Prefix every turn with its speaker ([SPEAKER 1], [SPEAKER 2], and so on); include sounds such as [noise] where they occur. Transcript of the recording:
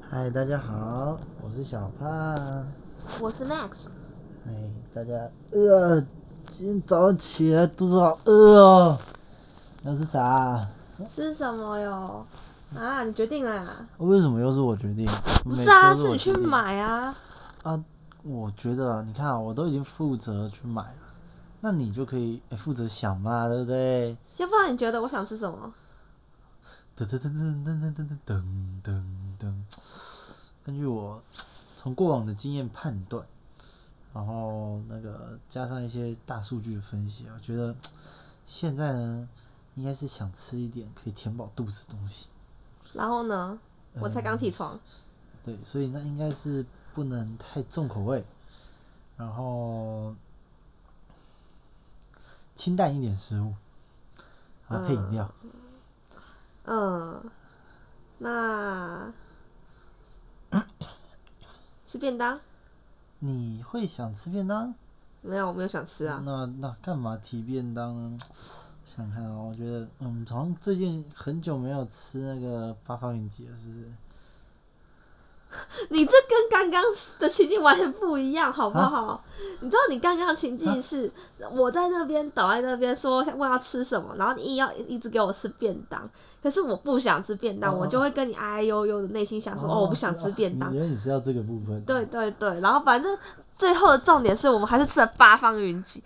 [SPEAKER 1] 嗨，大家好，我是小胖。
[SPEAKER 2] 我是 Max，
[SPEAKER 1] 哎，大家饿，今天早上起来肚子好饿哦。那是啥啊？
[SPEAKER 2] 吃什么哟？啊，你决定啦？
[SPEAKER 1] 为什么又是我决定？
[SPEAKER 2] 不是啊，
[SPEAKER 1] 每次
[SPEAKER 2] 是
[SPEAKER 1] 都
[SPEAKER 2] 你
[SPEAKER 1] 我决
[SPEAKER 2] 去
[SPEAKER 1] 定。
[SPEAKER 2] 买啊。
[SPEAKER 1] 我觉得啊，你看啊，我都已经负责去买了，那你就可以哎负责想嘛，对不对？
[SPEAKER 2] 要不然你觉得我想吃什么？
[SPEAKER 1] 噔噔噔噔噔噔噔噔噔噔。根据我从过往的经验判断，然后那个加上一些大数据的分析，我觉得现在呢，应该是想吃一点可以填饱肚子的东西。
[SPEAKER 2] 然后呢？
[SPEAKER 1] 嗯
[SPEAKER 2] 我才刚起床，
[SPEAKER 1] 对，所以那应该是不能太重口味，然后清淡一点食物，然后配饮料。
[SPEAKER 2] 嗯，
[SPEAKER 1] [coughs]
[SPEAKER 2] 那吃便当？
[SPEAKER 1] 你会想吃便当？
[SPEAKER 2] 没有，我没有想吃啊。
[SPEAKER 1] 那那干嘛提便当 [sniffs] 呢？想看啊，我觉得，嗯，好像最近很久没有吃那个八方云集了，是不是？
[SPEAKER 2] 你这跟刚刚的情境完全不一样，好不
[SPEAKER 1] 啊
[SPEAKER 2] 好？你知道你刚刚的情境是我在那边倒在那边说想问要吃什么，然后你硬要一直给我吃便当，可是我不想吃便当，
[SPEAKER 1] 哦
[SPEAKER 2] 我就会跟你哎哎呦呦的内心想说哦我不想吃便当
[SPEAKER 1] 啊你。原来你是要这个部分。啊
[SPEAKER 2] 对对对，然后反正最后的重点是我们还是吃了八方云集，